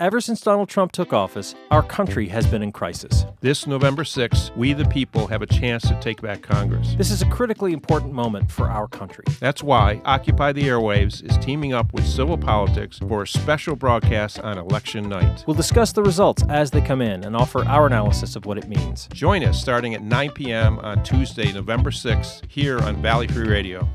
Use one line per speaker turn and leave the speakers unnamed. Ever since Donald Trump took office, our country has been in crisis.
This November 6th, we the people have a chance to take back Congress.
This is a critically important moment for our country.
That's why Occupy the Airwaves is teaming up with Civil Politics for a special broadcast on election night.
We'll discuss the results as they come in and offer our analysis of what it means.
Join us starting at 9 p.m. on Tuesday, November 6th, here on Valley Free Radio.